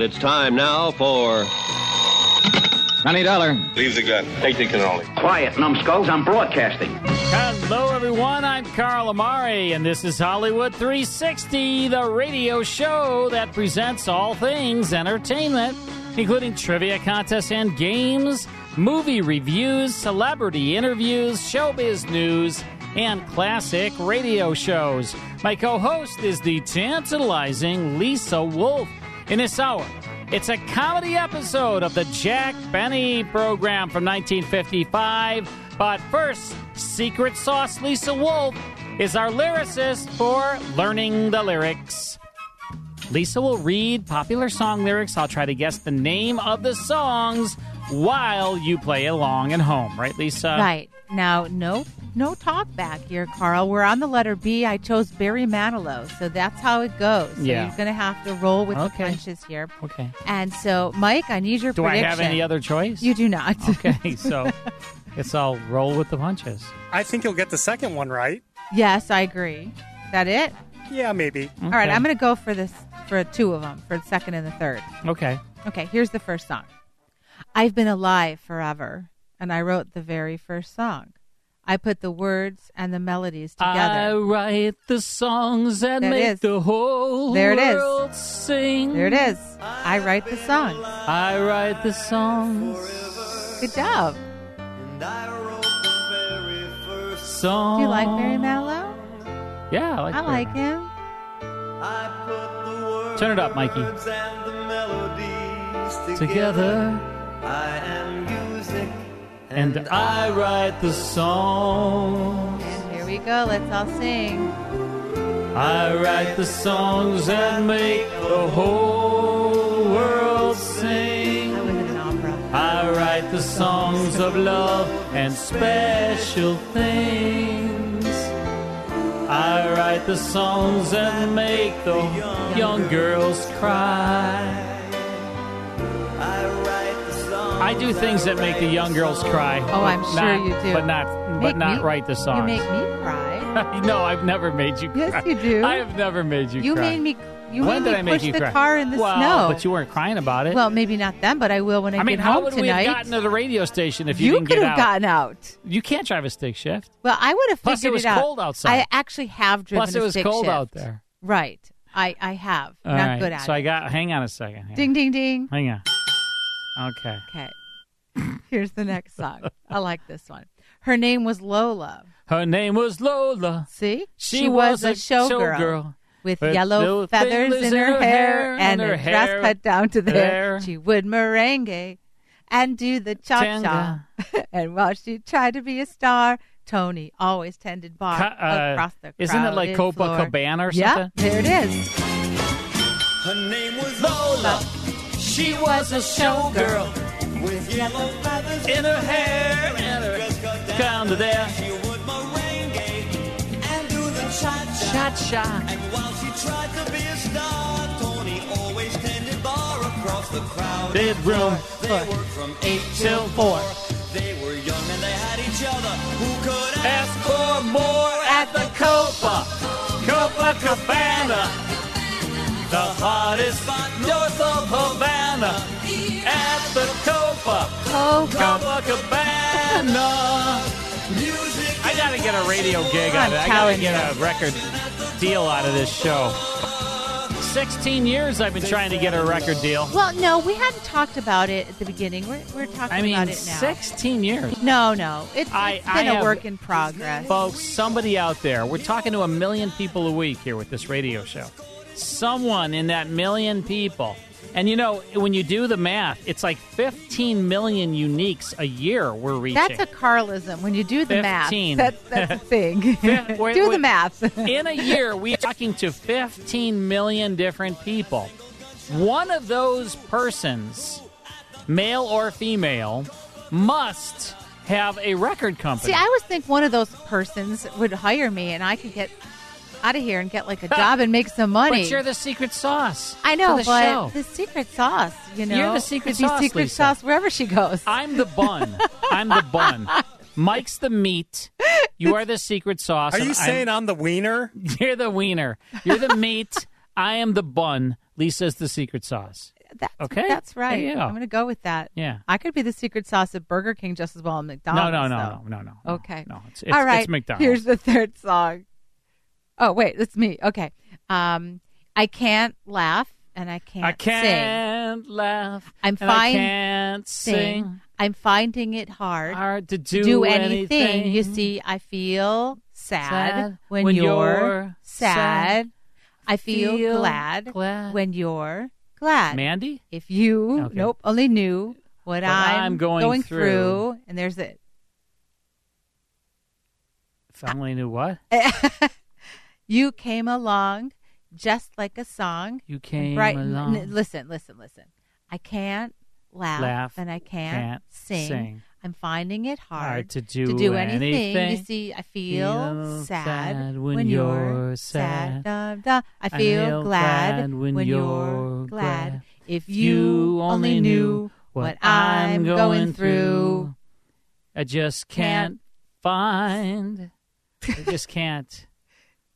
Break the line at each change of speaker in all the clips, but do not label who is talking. it's time now for. Money Dollar.
Leave the gun. Take the cannoli.
Quiet, numbskulls. I'm broadcasting.
Hello, everyone. I'm Carl Amari, and this is Hollywood 360, the radio show that presents all things entertainment, including trivia contests and games, movie reviews, celebrity interviews, showbiz news, and classic radio shows. My co host is the tantalizing Lisa Wolf. In this hour, it's a comedy episode of the Jack Benny program from 1955. But first, Secret Sauce Lisa Wolf is our lyricist for Learning the Lyrics. Lisa will read popular song lyrics. I'll try to guess the name of the songs while you play along at home. Right, Lisa?
Right. Now, no no talk back here, Carl. We're on the letter B. I chose Barry Manilow, so that's how it goes. So
Yeah.
you're going to have to roll with
Okay.
the punches here.
Okay.
And so, Mike, I need your
Do I
prediction.
have any other choice?
You do not.
Okay, so guess I'll roll with the punches.
I think you'll get the second one right.
yes, I agree. That it?
Yeah, maybe.
All right,
Okay.
I'm going to go for this for two of them, for the second and the third.
Okay.
Okay, here's the first song. I've been alive forever, and I wrote the very first song. I put the words and the melodies
I
together.
write the songs that,
That
make
is.
the whole
There it is.
world sing.
There it is. I write the songs.
I write the songs.
Good job.
Song.
Do you like Barry Manilow?
Yeah, I like.
I
Barry
like him.
Manilow. Turn it up, Mikey. Together,
I am music.
and I write the songs.
Here we go. Let's all sing.
I write the songs that make the whole world
I
sing.
was in an opera.
I write the songs of love and special things. I write the songs that make the young girls cry. I do things that make the young girls cry.
Oh, I'm
but
sure
not-
you do.
But not,
Make
but not
me-
write the songs.
You make me cry.
no, I've never made you cry.
Yes, you do.
I have never made you,
You
cry.
made me. You
when
made
did
me
I make
push
you
the
cry?
car in the
well,
snow.
but you weren't crying about it.
well, maybe not then, but I will when I,
I mean,
get
how
home
would we
tonight.
have gotten to the radio station if you,
you
didn't
could
get
have
out?
gotten out.
You can't drive a stick shift.
Well, I would have
Plus,
figured
it was
out.
cold outside.
I actually have driven.
Plus, it
a
was
stick
cold
shift.
out there.
Right. I I have.
All
Not
right,
good at
so
it.
I got. Hang on a second. Hang,
Ding ding ding.
hang on. Okay.
Okay. Here's the next song. I like this one. Her name was Lola.
Her name was Lola.
See?
She,
was, a
showgirl.
showgirl with
with
yellow
little
feathers in her hair and
her
a dress
hair
cut down to there.
there.
She would merengue and do the cha-cha. and while she tried to be a star, Tony always tended bar
Ca- uh,
across the
isn't it like
crowded floor.
Copacabana or
Yeah,
something?
there it is.
Her name was Lola.
She was a showgirl
With yellow feathers
in her hair and her
dress cut down.
down to there.
She would merengue and do the cha-cha.
Cha-cha.
And while she tried to be a star, Tony always tended bar across the crowd.
Did room
They worked from eight
till
till
four.
four. They were young and they had each other. Who could
Ask for more at the Copa, Copa Cabana. The hottest spot north of Havana. At the Copa,
Oh, God.
Copa Cabana. Music. I gotta get a radio gig out of it. I
I'm
gotta
telling
get a record deal out of this show. 16 years I've been trying to get a record deal.
Well, no, we hadn't talked about it at the beginning. We're, we're talking
I mean,
about it now.
16 years.
No, no. It, has
I-
been
I
a
have-
work in progress.
Folks, somebody out there, we're talking to a million people a week here with this radio show. Someone in that million people And you know, when you do the math, it's like 15 million uniques a year we're reaching.
That's a Carlism. When you do the
15.
math, that, that's a thing.
Fif- wait,
do the
wait.
math.
In a year, we're talking to 15 million different people. One of those persons, male or female, must have a record company.
See, I always think one of those persons would hire me, and I could get out of here and get like a job and make some money.
But you're the secret sauce.
I know,
to the
but
show.
the secret sauce. You know,
You're the secret
could be
sauce,
Secret
Lisa.
sauce wherever she goes.
I'm the bun. I'm the bun. Mike's the meat. You are the secret sauce.
Are
and
you saying I'm the wiener?
You're the wiener. You're the meat. I am the bun. Lisa's the secret sauce. okay,
That's right.
There you go.
I'm going to go with that.
Yeah.
I could be the secret sauce at Burger King just as well as
no,
McDonald's.
no, no,
though.
no, no, no.
Okay.
No, it's, it's,
All right.
it's McDonald's.
Here's the third song. Oh wait, it's me. Okay. Um, I can't laugh and I can't.
I
Sing.
can't laugh.
I'm
and I
fine-
can't sing.
I'm finding it hard,
hard to
do,
do
anything.
anything.
You see, I feel sad,
Sad
when,
when
you're,
you're
sad.
sad.
I feel,
Feel
glad,
glad.
when you're glad.
Mandy?
If you,
Okay.
nope, only knew what,
What
I'm,
I'm going
through.
through.
And there's it.
If I only knew what?
You came along just like a song.
You
and
came
bright-
along.
n- listen, listen, listen. I can't laugh,
Laugh,
and I can't,
can't
sing.
sing.
I'm finding it hard,
Hard to do
anything. You
anything.
see, I feel,
Feel
sad,
sad when you're sad.
Da, da. I
I
feel
feel
glad,
glad when you're glad.
If you only knew what I'm going through,
I just can't find. I just can't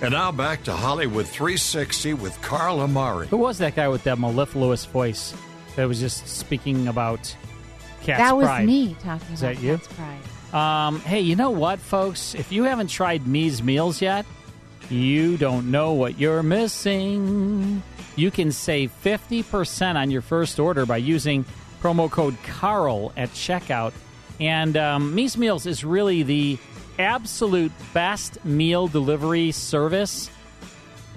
And now back to Hollywood 360 with Carl Amari.
Who was that guy with that mellifluous voice that was just speaking about Cat's
that was
Pride?
me talking
Is
about
that you?
Cat's Pride.
Um, hey, you know what, folks? If you haven't tried Me's Meals yet, you don't know what you're missing. You can save 50% on your first order by using promo code CARL at checkout. And um, Me's Meals is really the absolute best meal delivery service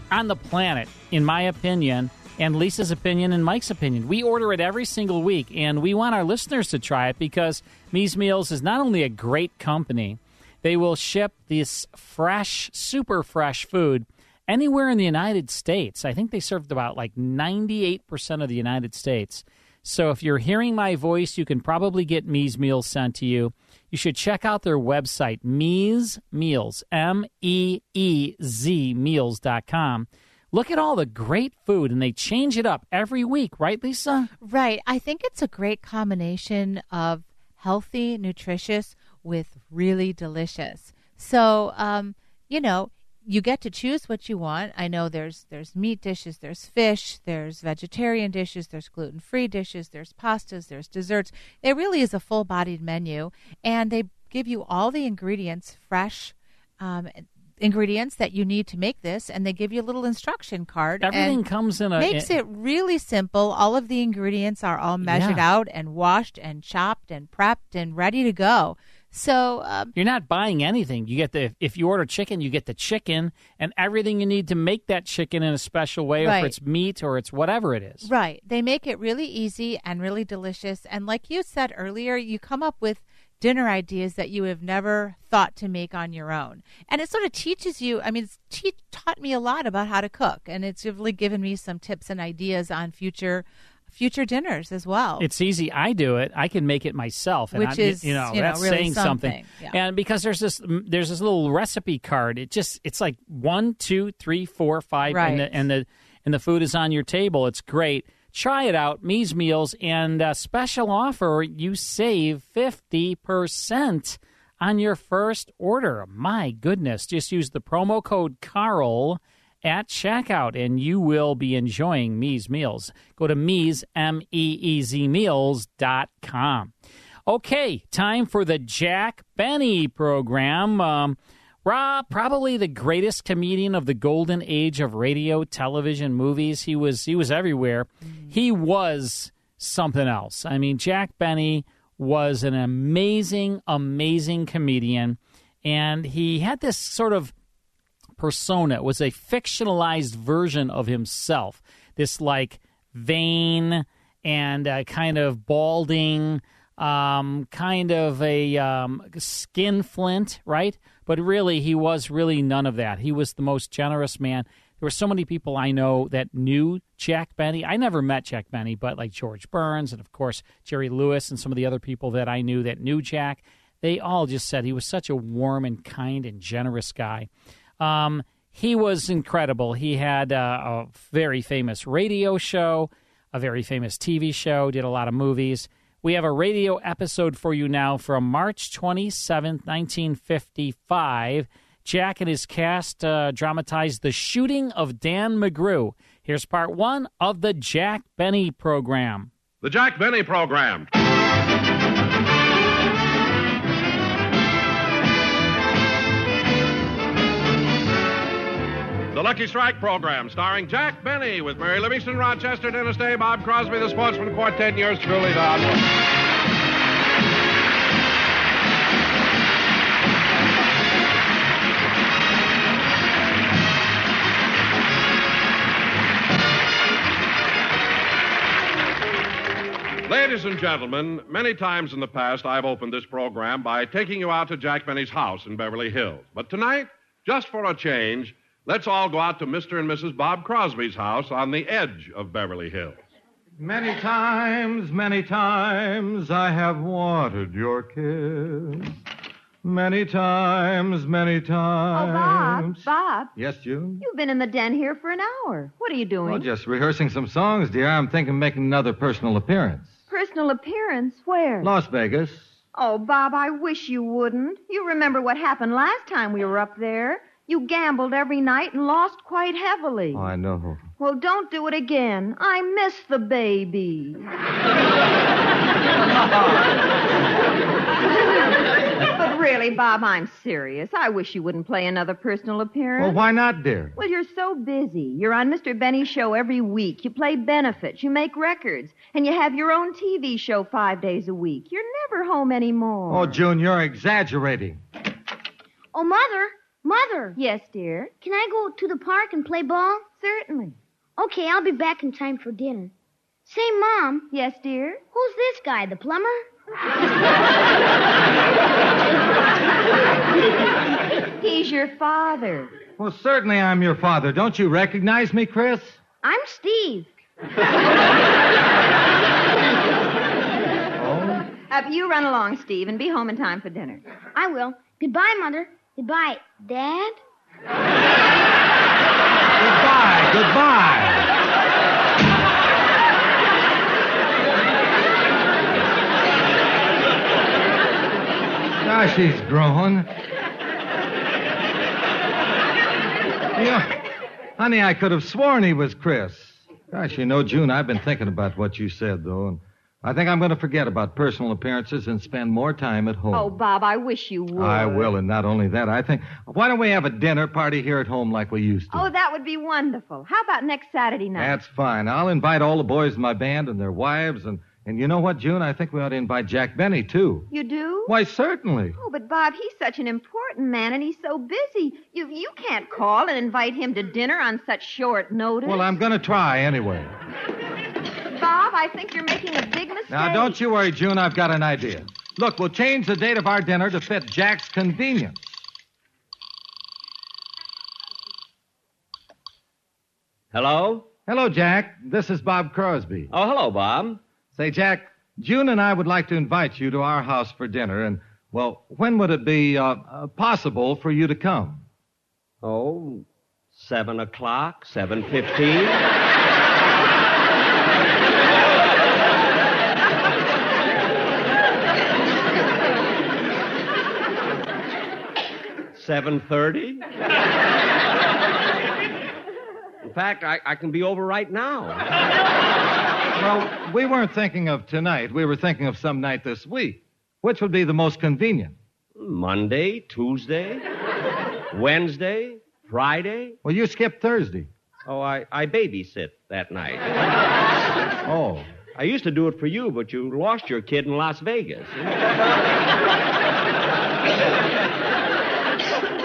on the planet, in my opinion, and Lisa's opinion and Mike's opinion. We order it every single week, and we want our listeners to try it because Me's Meals is not only a great company, they will ship this fresh, super fresh food anywhere in the United States. I think they served about like 98% of the United States. So if you're hearing my voice, you can probably get Me's Meals sent to you. You should check out their website, Me's Meals, M E E Z Meals.com. Look at all the great food, and they change it up every week, right, Lisa?
Right. I think it's a great combination of healthy, nutritious with really delicious. So, um, you know, you get to choose what you want. I know there's there's meat dishes, there's fish, there's vegetarian dishes, there's gluten-free dishes, there's pastas, there's desserts. It really is a full-bodied menu and they give you all the ingredients fresh um, ingredients that you need to make this and they give you a little instruction card and
Everything comes in a-
makes it really simple all of the ingredients are all measured
Yeah.
out and washed and chopped and prepped and ready to go so um,
You're not buying anything. You get the if you order chicken, you get the chicken and everything you need to make that chicken in a special way, or
Right.
if it's meat or it's whatever it is.
Right. They make it really easy and really delicious. And like you said earlier, you come up with dinner ideas that you have never thought to make on your own. And it sort of teaches you, I mean, it's te- taught me a lot about how to cook and it's really given me some tips and ideas on future future dinners as well.
It's easy. I do it. I can make it myself, and
Which
I'm,
is,
you know
you know,
that's
really
saying
something.
And because there's this there's this little recipe card. It just it's like one, two, three, four, five,
Right.
and the and the and the food is on your table. It's great. Try it out, Me's Meals, and uh special offer: you save fifty percent on your first order. My goodness! Just use the promo code Carl at checkout and you will be enjoying Me's Meals. Go to Me's, M E E Z Meals dot com. Okay, time for the Jack Benny program. Um, Rob, probably the greatest comedian of the golden age of radio, television, movies. He was he was everywhere. He was something else. I mean, Jack Benny was an amazing, amazing comedian, and he had this sort of persona was a fictionalized version of himself. This like vain and uh, kind of balding, um, kind of a um, skin flint, right? But really, he was really none of that. He was the most generous man. There were so many people I know that knew Jack Benny. I never met Jack Benny, but like George Burns and of course Jerry Lewis and some of the other people that I knew that knew Jack, they all just said he was such a warm and kind and generous guy. Um, he was incredible. He had uh, a very famous radio show, a very famous TV show, did a lot of movies. We have a radio episode for you now from March twenty seventh, 1955. Jack and his cast uh, dramatized The Shooting of Dan McGrew. Here's part one of the Jack Benny program.
The Jack Benny Program. The
Lucky Strike program starring Jack Benny with Mary Livingston, Rochester, Dennis Day, Bob Crosby, the Sportsman Quartet, and yours truly, Don. Wood. Ladies and gentlemen, many times in the past I've opened this program by taking you out to Jack Benny's house in Beverly Hills. But tonight, just for a change, let's all go out to Mr. and Mrs. Bob Crosby's house on the edge of Beverly Hills.
Many times, many times I have wanted your kiss. Many times, many
Oh, Bob,
times.
Bob,
Yes, June?
you've been in the den here for an hour. What are you doing?
Well, just rehearsing some songs, dear. I'm thinking of making another personal appearance.
Personal appearance? Where?
Las Vegas.
Oh, Bob, I wish you wouldn't. You remember what happened last time we were up there. You gambled every night and lost quite heavily.
Oh, I know.
Well, don't do it again. I miss the baby. but really, Bob, I'm serious. I wish you wouldn't play another personal appearance.
Well, why not, dear?
Well, you're so busy. You're on Mr. Benny's show every week. You play benefits. You make records. And you have your own TV show five days a week. You're never home anymore.
Oh, June, you're exaggerating.
Oh, Mother, Mother,
Yes, dear.
can I go to the park and play ball?
Certainly.
Okay, I'll be back in time for dinner. Say, Mom.
Yes, dear?
Who's this guy, the plumber?
He's your father.
Well, certainly I'm your father. Don't you recognize me, Chris?
I'm Steve.
Up, you run along, Steve, and be home in time for dinner.
I will. Goodbye, Mother. Goodbye, Dad.
Goodbye, goodbye. Gosh, he's grown. Yeah. Honey, I could have sworn he was Chris. Gosh, you know, June, I've been thinking about what you said, though, and I think I'm going to forget about personal appearances and spend more time at home.
Oh, Bob, I wish you would.
I will, and not only that, I think. Why don't we have a dinner party here at home like we used to?
Oh, that would be wonderful. How about next Saturday night?
That's fine. I'll invite all the boys in my band and their wives, and and you know what, June? I think we ought to invite Jack Benny too.
You do?
Why, certainly.
Oh, but Bob, he's such an important man, and he's so busy. You you can't call and invite him to dinner on such short notice.
Well, I'm going to try anyway.
Bob, I think you're making a big mistake.
Now, don't you worry, June. I've got an idea. Look, we'll change the date of our dinner to fit Jack's convenience.
Hello?
Hello, Jack. This is Bob Crosby.
Oh, hello, Bob.
Say, Jack, June and I would like to invite you to our house for dinner, and, well, when would it be uh, uh, possible for you to come?
Oh, seven o'clock, seven fifteen. Seven thirty. In fact, I, I can be over right now.
Well, we weren't thinking of tonight. We were thinking of some night this week. Which would be the most convenient?
Monday, Tuesday, Wednesday, Friday.
Well, you skipped Thursday.
Oh, I, I babysit that night.
Oh.
I used to do it for you, but you lost your kid in Las Vegas.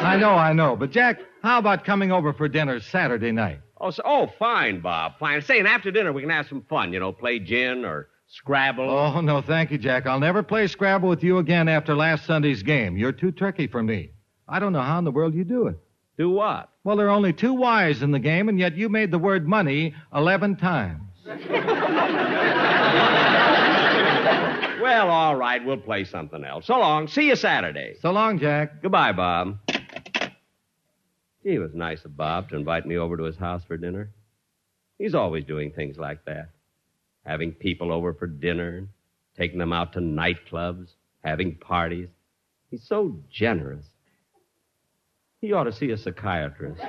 I know, I know. But, Jack, how about coming over for dinner Saturday night?
Oh, so, oh, fine, Bob. Fine. Say, and after dinner we can have some fun. You know, play gin or Scrabble.
Oh, no, thank you, Jack. I'll never play Scrabble with you again after last Sunday's game. You're too tricky for me. I don't know how in the world you do it.
Do what?
Well, there are only two Y's in the game, and yet you made the word money 11 times.
Well, all right, we'll play something else. So long. See you Saturday.
So long, Jack.
Goodbye, Bob. Gee, it was nice of Bob to invite me over to his house for dinner. He's always doing things like that having people over for dinner, taking them out to nightclubs, having parties. He's so generous. He ought to see a psychiatrist.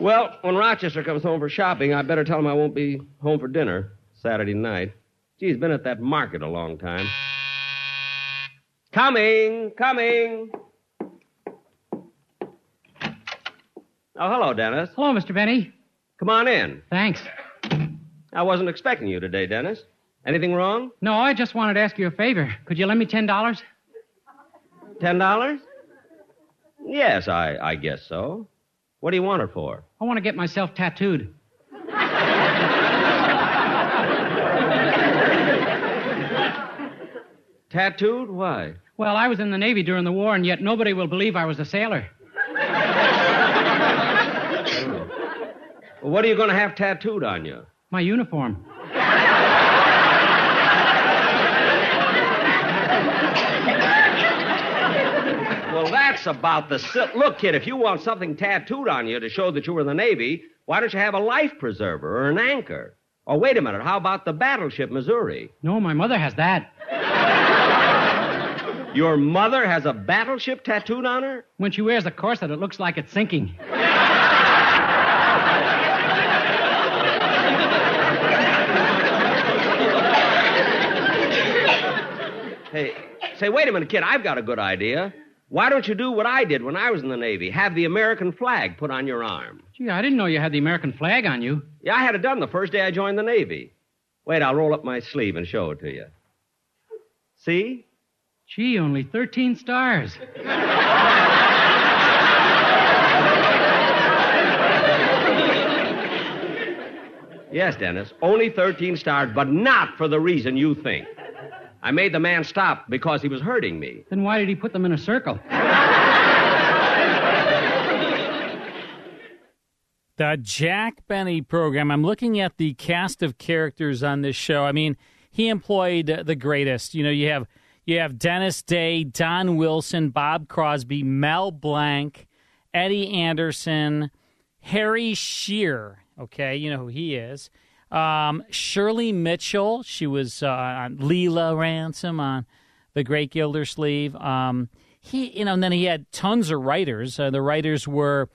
Well, when Rochester comes home for shopping, I better tell him I won't be home for dinner Saturday night. Gee, he's been at that market a long time. Coming, coming. Oh, hello, Dennis.
Hello, Mr. Benny.
Come on in.
Thanks.
I wasn't expecting you today, Dennis. Anything wrong?
No, I just wanted to ask you a favor. Could you lend me ten dollars?
Ten dollars? Yes, I, I guess so. What do you want it for?
I want to get myself tattooed.
Tattooed? Why?
Well, I was in the Navy during the war, and yet nobody will believe I was a sailor.
uh,
What are you going to have tattooed on you?
My uniform.
Well, that's about the. Si- Look, kid, if you want something tattooed on you to show that you were in the Navy, why don't you have a life preserver or an anchor? Or wait a minute, how about the battleship Missouri?
No, my mother has that.
Your mother has a battleship tattooed on her?
When she wears the corset, it looks like it's sinking.
Hey, say, wait a minute, kid, I've got a good idea. Why don't you do what I did when I was in the Navy? Have the American flag put on your arm.
Gee, I didn't know you had the American flag on you.
Yeah, I had it done the first day I joined the Navy. Wait, I'll roll up my sleeve and show it to you. See?
Gee, only 13 stars.
Yes, Dennis, only 13 stars, but not for the reason you think. I made the man stop because he was hurting me.
Then why did he put them in a circle?
The Jack Benny program. I'm looking at the cast of characters on this show. I mean, he employed uh, the greatest. You know, you have you have Dennis Day, Don Wilson, Bob Crosby, Mel Blanc, Eddie Anderson, Harry Shearer. Okay, you know who he is. Um, Shirley Mitchell. She was uh, on Leela Ransom on The Great Gildersleeve. Um, he, you know, and then he had tons of writers. Uh, the writers were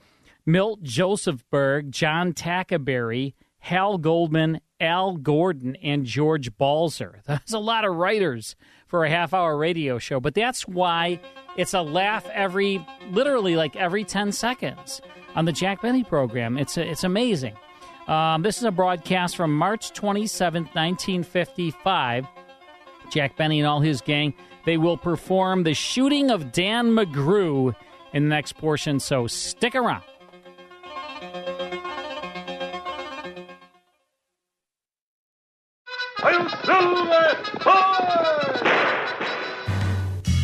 Milt Josephberg, John Tackerberry, Hal Goldman, Al Gordon, and George Balzer. That's a lot of writers for a half-hour radio show, but that's why it's a laugh every, literally like every ten seconds on the Jack Benny program. It's it's amazing. Um, this is a broadcast from March 27, 1955. Jack Benny and all his gang, they will perform the shooting of Dan McGrew in the next portion, so stick around.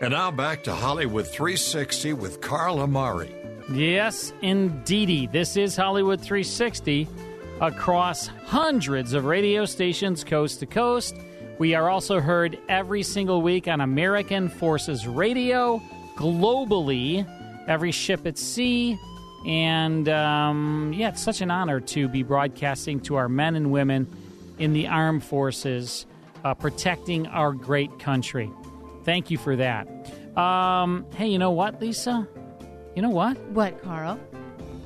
And now back to Hollywood 360 with Carl Amari.
Yes, indeedy. This is Hollywood 360 across hundreds of radio stations coast to coast. We are also heard every single week on American Forces Radio globally, every ship at sea. And um, yeah, it's such an honor to be broadcasting to our men and women in the armed forces, uh, protecting our great country. Thank you for that. Um, hey, you know what, Lisa? You know what?
What, Carl?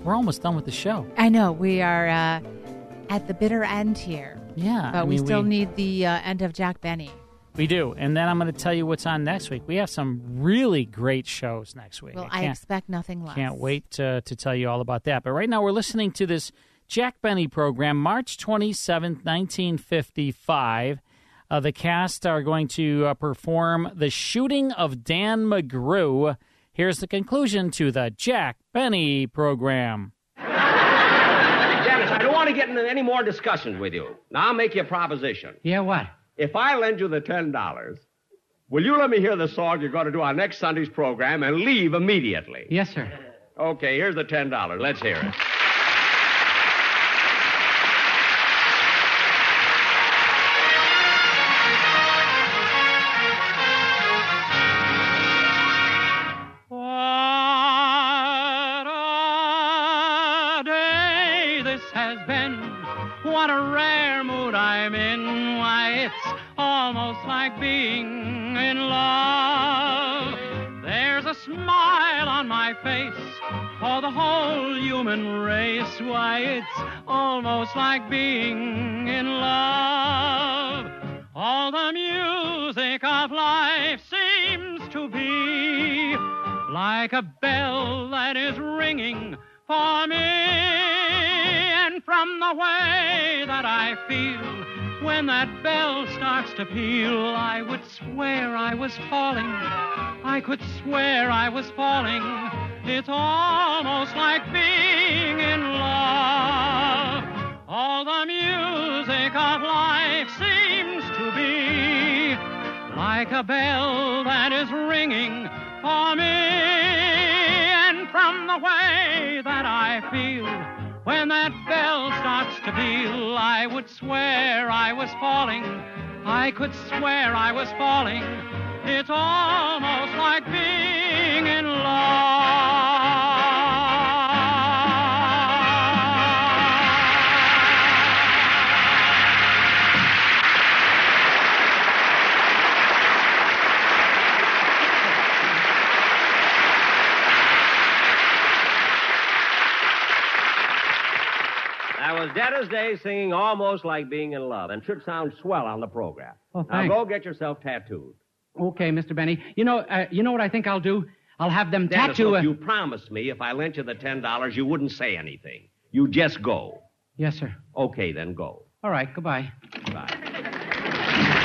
We're almost done with the show.
I know we are uh, at the bitter end here.
Yeah,
but
I
we
mean,
still
we-
need the uh, end of Jack Benny.
We do. And then I'm going to tell you what's on next week. We have some really great shows next week.
Well, I,
can't-
expect nothing less.
Can't wait uh, to tell you all about that. But right now, we're listening to this Jack Benny program, March 27th, 1955. Uh, the cast are going to uh, perform The Shooting of Dan McGrew Here's the conclusion to the Jack Benny program.
Dennis, I don't want to get into any more discussions with you. Now I'll make you a proposition.
Yeah, what?
If I lend you the $10, will you let me hear the song you're going to do on next Sunday's program and leave immediately?
Yes, sir.
Okay, here's the $10. Let's hear it.
What a day this has been. What a rare mood I'm in. Why, it's almost like being in love. There's a smile on my face for the whole human race. Why, it's almost like being in love. All the music of life seems to be like a bell that is ringing for me. And from the way that I feel when that bell starts to peal, I would swear I was falling. I could swear I was falling. It's almost like being in love. All the music of life seems to be like a bell that is ringing for me. And from the way that I feel when that bell starts to peal, I would swear I was falling. I could swear I was falling. It's almost like being in love.
That was dead as day singing almost like being in love, and should sound swell on the program.
Oh,
now
thanks.
go get yourself tattooed.
Okay, Mr. Benny. You know, uh, you know what I think I'll do? I'll have them
Dennis,
tattoo.
look,
a-
you promised me if I lent you the ten dollars, you wouldn't say anything. You just go.
Yes, sir.
Okay, then go.
All right. Goodbye.
Bye.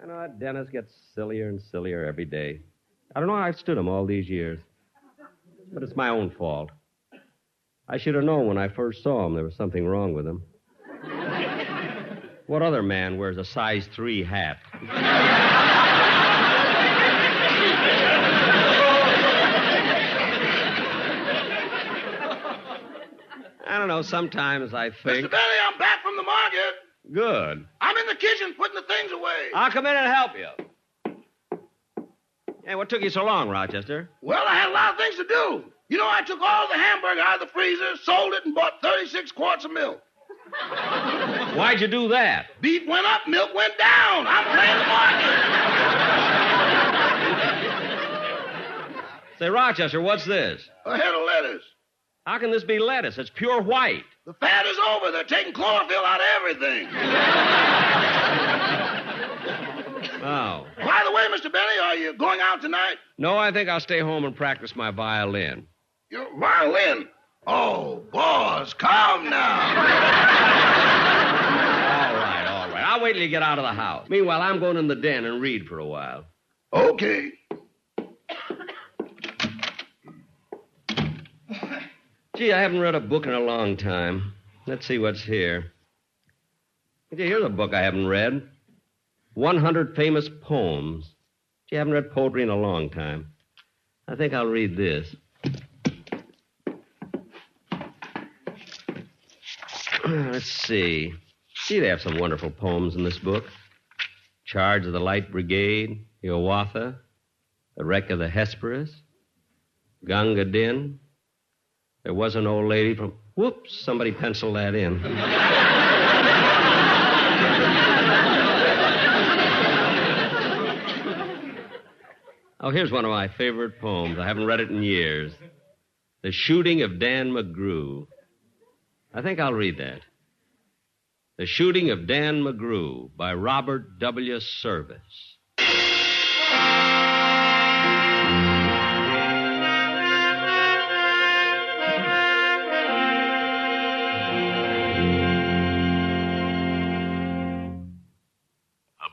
You know what? Dennis gets sillier and sillier every day. I don't know how I've stood him all these years, but it's my own fault. I should have known when I first saw him there was something wrong with him. What other man wears a size three hat? I don't know. Sometimes I think.
Mr. Benny, I'm back from the market.
Good.
I'm in the kitchen putting the things away.
I'll come in and help you. Hey, what took you so long, Rochester?
Well, I had a lot of things to do. You know, I took all the hamburger out of the freezer, sold it, and bought 36 quarts of milk.
Why'd you do that?
Beef went up, milk went down. I'm playing the market.
Say, Rochester, what's this?
A head of lettuce.
How can this be lettuce? It's pure white.
The fat is over. They're taking chlorophyll out of everything.
Oh.
By the way, Mr. Benny, are you going out tonight?
No, I think I'll stay home and practice my violin.
Your violin. Oh, boss, calm now.
All right, all right. I'll wait till you get out of the house. Meanwhile, I'm going in the den and read for a while.
Okay.
Gee, I haven't read a book in a long time. Let's see what's here. Gee, here's a book I haven't read 100 Famous Poems. Gee, I haven't read poetry in a long time. I think I'll read this. Uh, Let's see. Gee, they have some wonderful poems in this book Charge of the Light Brigade, The Hiawatha, The Wreck of the Hesperus, Ganga Din. There was an old lady from. Whoops, somebody penciled that in. Oh, here's one of my favorite poems. I haven't read it in years The Shooting of Dan McGrew. I think I'll read that. The Shooting of Dan McGrew by Robert W. Service.
A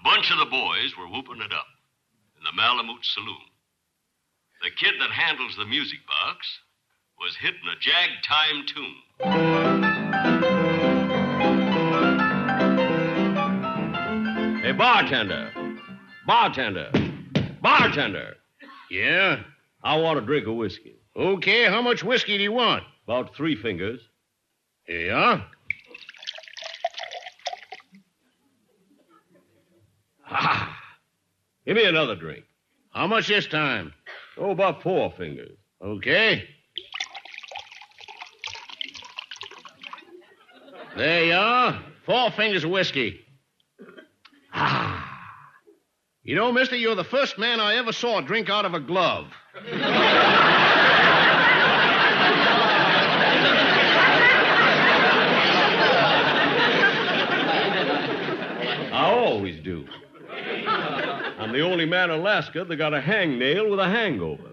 bunch
bunch of the boys were whooping it up in the Malamute Saloon. The kid that handles the music box was hitting a jag time tune.
Hey, bartender! Bartender! Bartender!
Yeah?
I want a drink of whiskey.
Okay, how much whiskey do you want?
About three fingers.
Here you are.
Ah, give me another drink.
How much this time?
Oh, about four fingers.
Okay. There you are. Four fingers of whiskey. Ah. You know, mister, you're the first man I ever saw drink out of a glove.
I always do. I'm the only man in Alaska that got a hangnail with a hangover.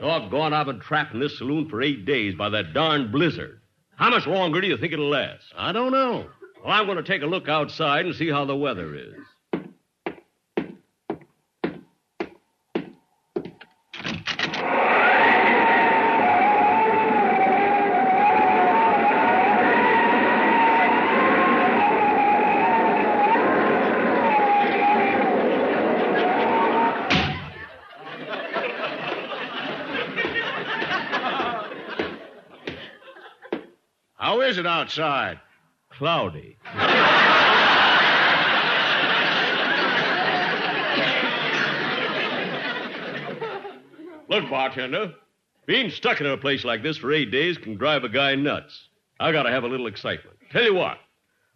Doggone, Oh, I've been trapped in this saloon for eight days by that darn blizzard. How much longer do you think it'll last?
I don't know.
Well, I'm going to take a look outside and see how the weather is.
How is it outside?
Cloudy. Look, bartender, being stuck in a place like this for eight days can drive a guy nuts. I gotta have a little excitement. Tell you what,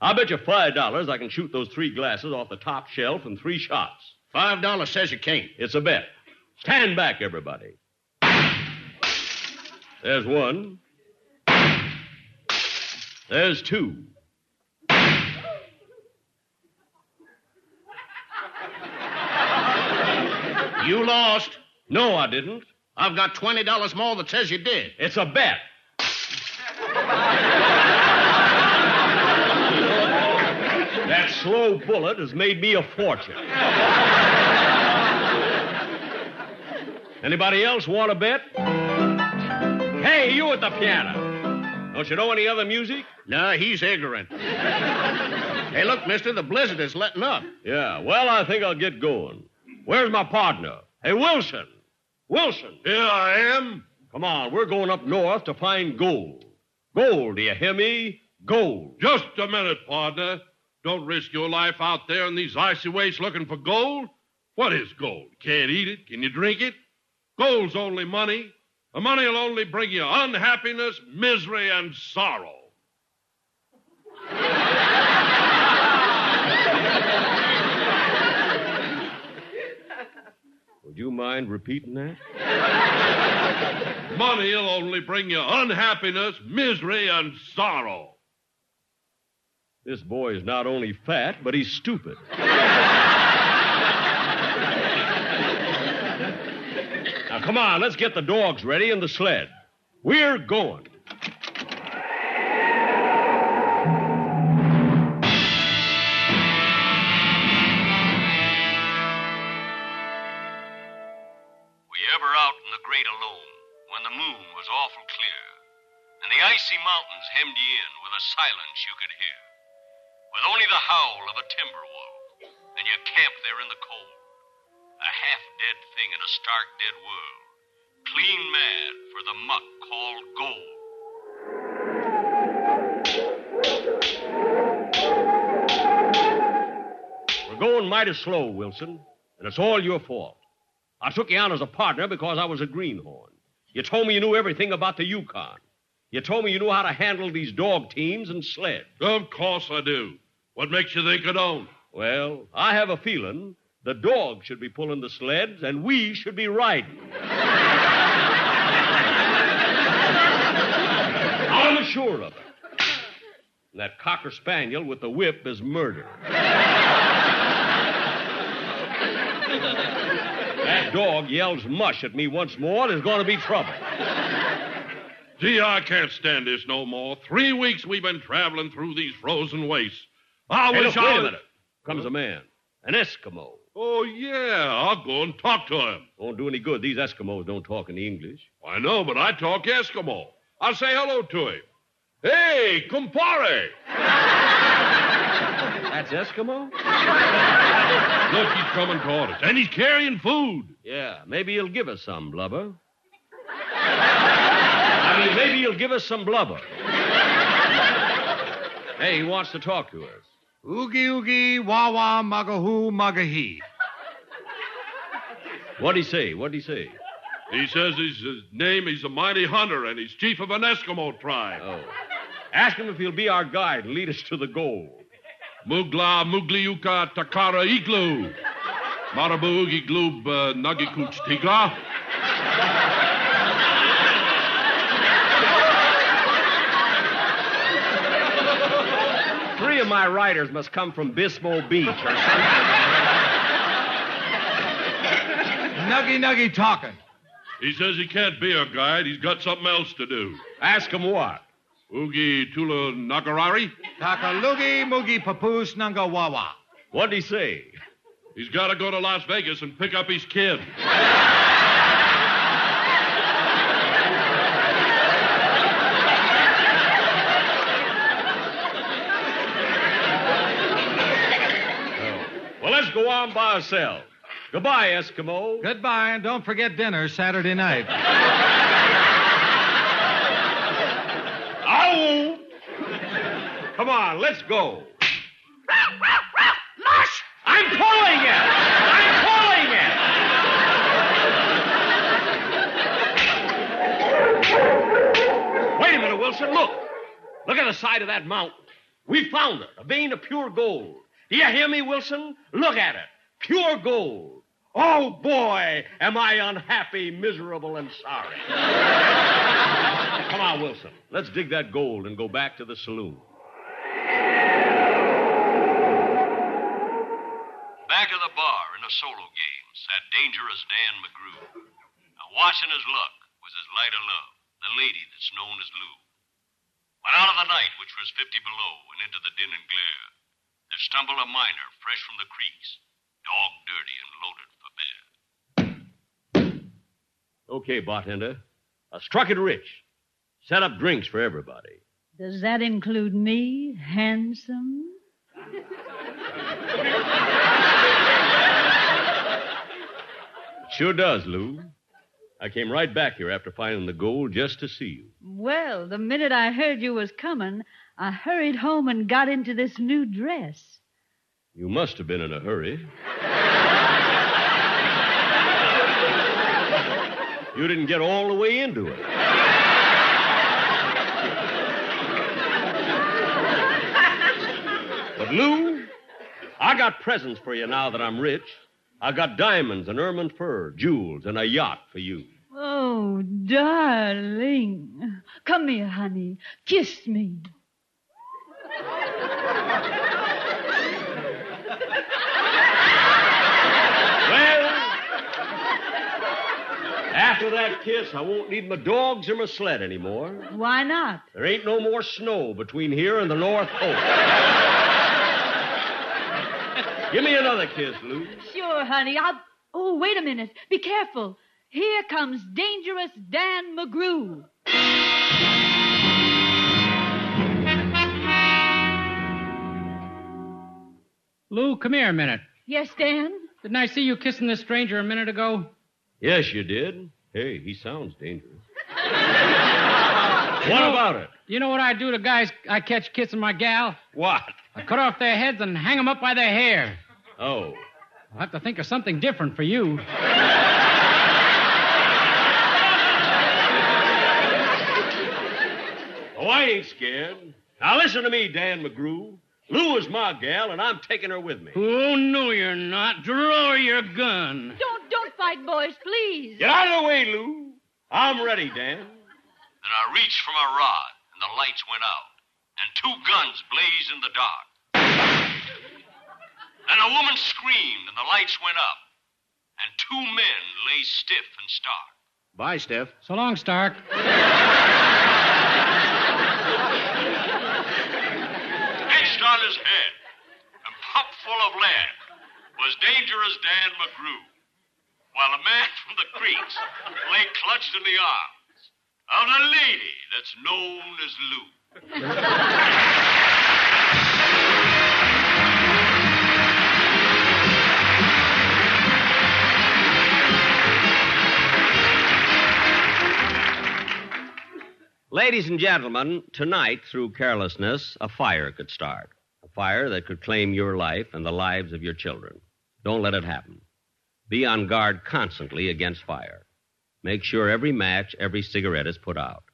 I bet you five dollars I can shoot those three glasses off the top shelf in three shots.
Five dollars says you can't.
It's a bet. Stand back, everybody. There's one. There's two.
You lost.
No, I didn't.
I've got $20 more that says you did.
It's a bet. that slow bullet has made me a fortune. Anybody else want a bet? Hey, you at the piano. Don't you know any other music?
No, he's ignorant. hey, look, mister, the blizzard is letting up.
Yeah, well, I think I'll get going. Where's my partner? Hey, Wilson! Wilson!
Here I am.
Come on, we're going up north to find gold. Gold, do you hear me? Gold.
Just a minute, partner. Don't risk your life out there in these icy wastes looking for gold. What is gold? Can't eat it? Can you drink it? Gold's only money. The money'll only bring you unhappiness, misery, and sorrow.
Would you mind repeating that?
Money'll only bring you unhappiness, misery, and sorrow.
This boy is not only fat, but he's stupid. now, come on, let's get the dogs ready and the sled. We're going.
We ever out in the great alone when the moon was awful clear, and the icy mountains hemmed ye in with a silence you could hear, with only the howl of a timber wolf, and you camped there in the cold, a half dead thing in a stark dead world, clean mad for the muck called gold.
We're going mighty slow, Wilson, and it's all your fault. I took you on as a partner because I was a greenhorn. You told me you knew everything about the Yukon. You told me you knew how to handle these dog teams and sleds.
Of course I do. What makes you think I don't?
Well, I have a feeling the dogs should be pulling the sleds and we should be riding. I'm sure of it. And that cocker spaniel with the whip is murder. that dog yells mush at me once more, there's going to be trouble.
Gee, I can't stand this no more. Three weeks we've been traveling through these frozen wastes. I
Hey,
wish
look,
I.
wait a minute.
Comes a man, an Eskimo. Oh, yeah, I'll go and talk to him.
Won't do any good. These Eskimos don't talk any English.
I know, but I talk Eskimo. I'll say hello to him. Hey, compare.
That's Eskimo?
Look, he's coming toward us, and he's carrying food.
Yeah, maybe he'll give us some blubber. I mean, maybe he'll give us some blubber. Hey, he wants to talk to us.
Oogie oogie, wah wah, mugahoo, mugahee.
What'd he say? What'd he say?
He says he's, his name, he's a mighty hunter, and he's chief of an Eskimo tribe.
Oh. Ask him if he'll be our guide and lead us to the goal.
Mugla, Mugliuka, Takara, Igloo. Marabu, Oogie, Gloob, uh, Nugikuch, Tiga.
Three of my riders must come from Bismo Beach or something.
Nuggy nuggy talking.
He says he can't be our guide. He's got something else to do.
Ask him what?
Oogie Tula Nagarari?
Takalugi mugi papoose nunga wawa.
What'd he say?
He's got to go to Las Vegas and pick up his kid.
Well, let's go on by ourselves. Goodbye, Eskimo.
Goodbye, and don't forget dinner Saturday night.
Ow! Come on, let's go.
Mush!
I'm pulling it! I'm pulling it! Wait a minute, Wilson. Look. Look at the side of that mountain. We found it. A vein of pure gold. Do you hear me, Wilson? Look at it. Pure gold. Oh, boy, am I unhappy, miserable, and sorry. Come on, Wilson. Let's dig that gold and go back to the saloon.
Back of the bar in a solo game sat dangerous Dan McGrew. Now, watching his luck was his light of love, the lady that's known as Lou. But out of the night, which was 50 below, and into the din and glare, there stumbled a miner fresh from the creeks, dog dirty and loaded for bear.
Okay, bartender. I struck it rich. Set up drinks for everybody.
Does that include me, handsome?
Sure does, Lou. I came right back here after finding the gold just to see you.
Well, the minute I heard you was coming, I hurried home and got into this new dress.
You must have been in a hurry. you didn't get all the way into it. but, Lou, I got presents for you now that I'm rich. I got diamonds and ermine fur, jewels, and a yacht for you.
Oh, darling. Come here, honey. Kiss me.
After that kiss, I won't need my dogs or my sled anymore.
Why not?
There ain't no more snow between here and the North Pole. Give me another kiss, Lou.
Sure, honey. I'll. Oh, wait a minute. Be careful. Here comes dangerous Dan McGrew.
Lou, come here a minute.
Yes, Dan?
Didn't I see you kissing this stranger a minute ago?
Yes, you did. Hey, he sounds dangerous. what about it?
You know what I do to guys I catch kissing my gal?
What?
I cut off their heads and hang 'em up by their hair.
Oh.
I'll have to think of something different for you.
Oh, I ain't scared. Now listen to me, Dan McGrew. Lou is my gal, and I'm taking her with me.
Oh, no, you're not. Draw your gun.
Don't, don't fight, boys, please.
Get out of the way, Lou. I'm ready, Dan.
Then I reached for my rod, and the lights went out, and two guns blazed in the dark. Then a woman screamed, and the lights went up, and two men lay stiff and stark.
Bye, Steph.
So long, Stark.
Etched on his head, and pop
full of lead was Dangerous Dan McGrew, while the man from the creeks lay clutched in the arms of the lady that's known as Lou.
Ladies and gentlemen, tonight, through carelessness, a fire could start. A fire that could claim your life and the lives of your children. Don't let it happen. Be on guard constantly against fire. Make sure every match, every cigarette is put out.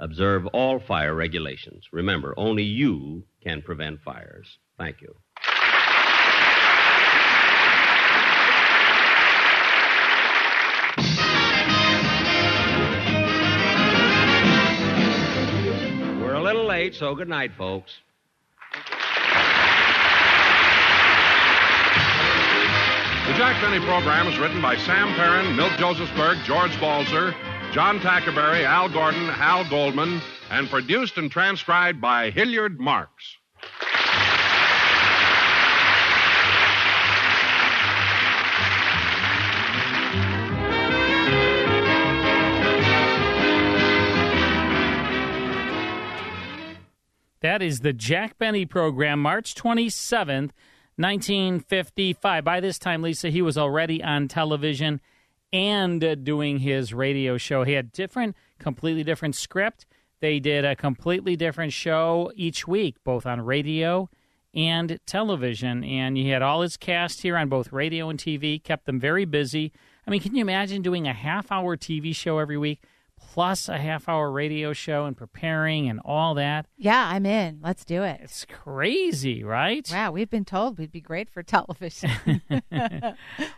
Observe all fire regulations. Remember, only you can prevent fires. Thank you. We're a little late, so good night, folks.
The Jack Benny program is written by Sam Perrin, Milt Josephsberg, George Balzer, John Tackerberry, Al Gordon, Hal Goldman, and produced and transcribed by Hilliard Marks.
That is the Jack Benny program, March 27th, 1955. By this time, Lisa, he was already on television and uh, doing his radio show. He had different, completely different script. They did a completely different show each week, both on radio and television. And he had all his cast here on both radio and TV, kept them very busy. I mean, can you imagine doing a half hour TV show every week? Plus a half hour radio show and preparing and all that.
Yeah, I'm in. Let's do it.
It's Crazy, right?
Wow, we've been told we'd be great for television.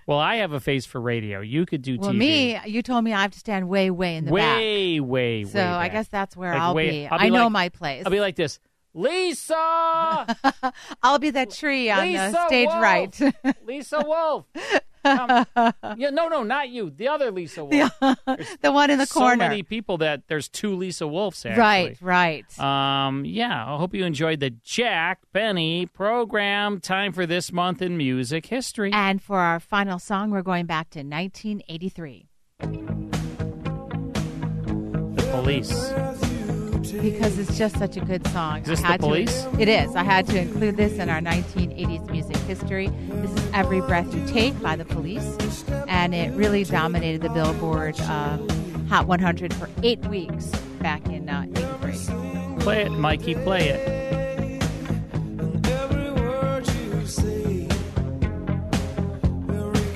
Well, I have a face for radio. You could do
well,
TV.
me, you told me I have to stand way, way in the back.
way, way, way.
So I
back.
guess that's where
Like
I'll,
way-
be.
I'll
I know
like-
my place.
I'll be like this. Lisa.
I'll be that tree on
Lisa
the stage
Wolf!
right.
Lisa Wolf. Um, yeah, no, no, not you. The other Lisa Wolf.
the one in the
So
corner.
many people that there's two Lisa Wolfs actually.
right, right.
Um, yeah, I hope you enjoyed the Jack Benny program. Time for this month in music history.
And for our final song, we're going back to 1983.
The police.
Because it's just such a good song.
Is this
I had
The Police?
To, it is. I had to include this in our 1980s music history. This is Every Breath You Take by The Police, and it really dominated the Billboard um, Hot 100 for eight weeks back in uh, 83.
Play it, Mikey, play it.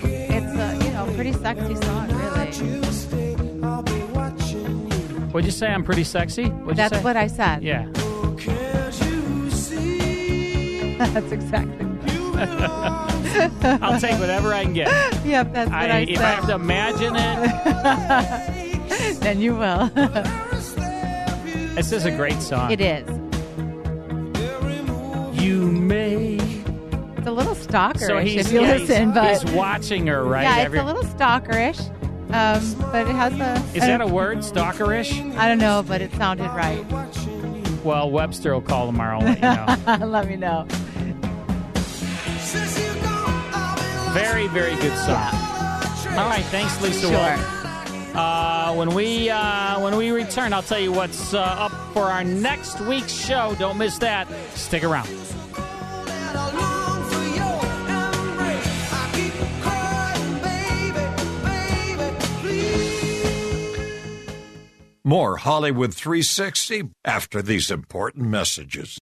It's a, you know, pretty sexy song, really.
What'd you say? I'm pretty sexy? What'd
That's
you say?
what I said.
Yeah.
That's exactly.
I'll take whatever I can get.
Yep, that's what I,
I- if I have to imagine
it, then you will.
This is a great song.
it is.
You may.
It's a little stalkerish
So he's,
if you
yeah, he's-
listen, but
he's watching her, right?
yeah, it's
Every-
a little stalkerish, um, but it has a.
Is that a word, stalkerish?
I don't know, but it sounded right.
Well, Webster will call tomorrow. and let you know.
Let me know.
Very, very good song. All right, thanks, Lisa.
Sure.
Wolf. Uh, when we uh, when we return, I'll tell you what's uh, up for our next week's show. Don't miss that. Stick around.
More Hollywood 360 after these important messages.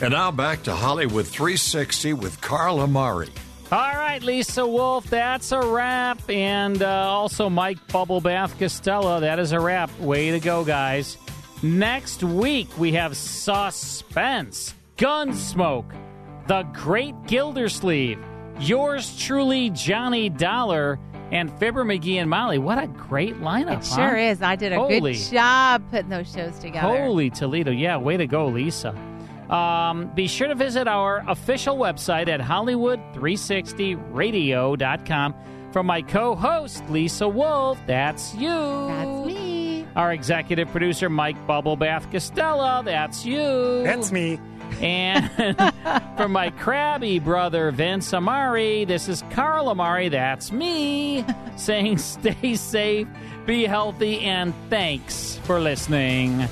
And now back to Hollywood 360 with Carl Amari.
All right, Lisa Wolf, that's a wrap. And uh, also Mike Bubblebath Costello, that is a wrap. Way to go, guys. Next week, we have Suspense, Gunsmoke, The Great Gildersleeve, Yours Truly, Johnny Dollar, and Fibber McGee and Molly. What a great lineup!
It sure
huh?
is. I did a
Holy.
good job putting those shows together.
Holy Toledo. Yeah, way to go, Lisa. Um, be sure to visit our official website at Hollywood360radio.com. From my co host, Lisa Wolf, that's you. That's
me.
Our executive producer, Mike Bubblebath Costello, that's you.
That's me.
And for my crabby brother, Vince Amari, this is Carl Amari, that's me, saying stay safe, be healthy, and thanks for listening.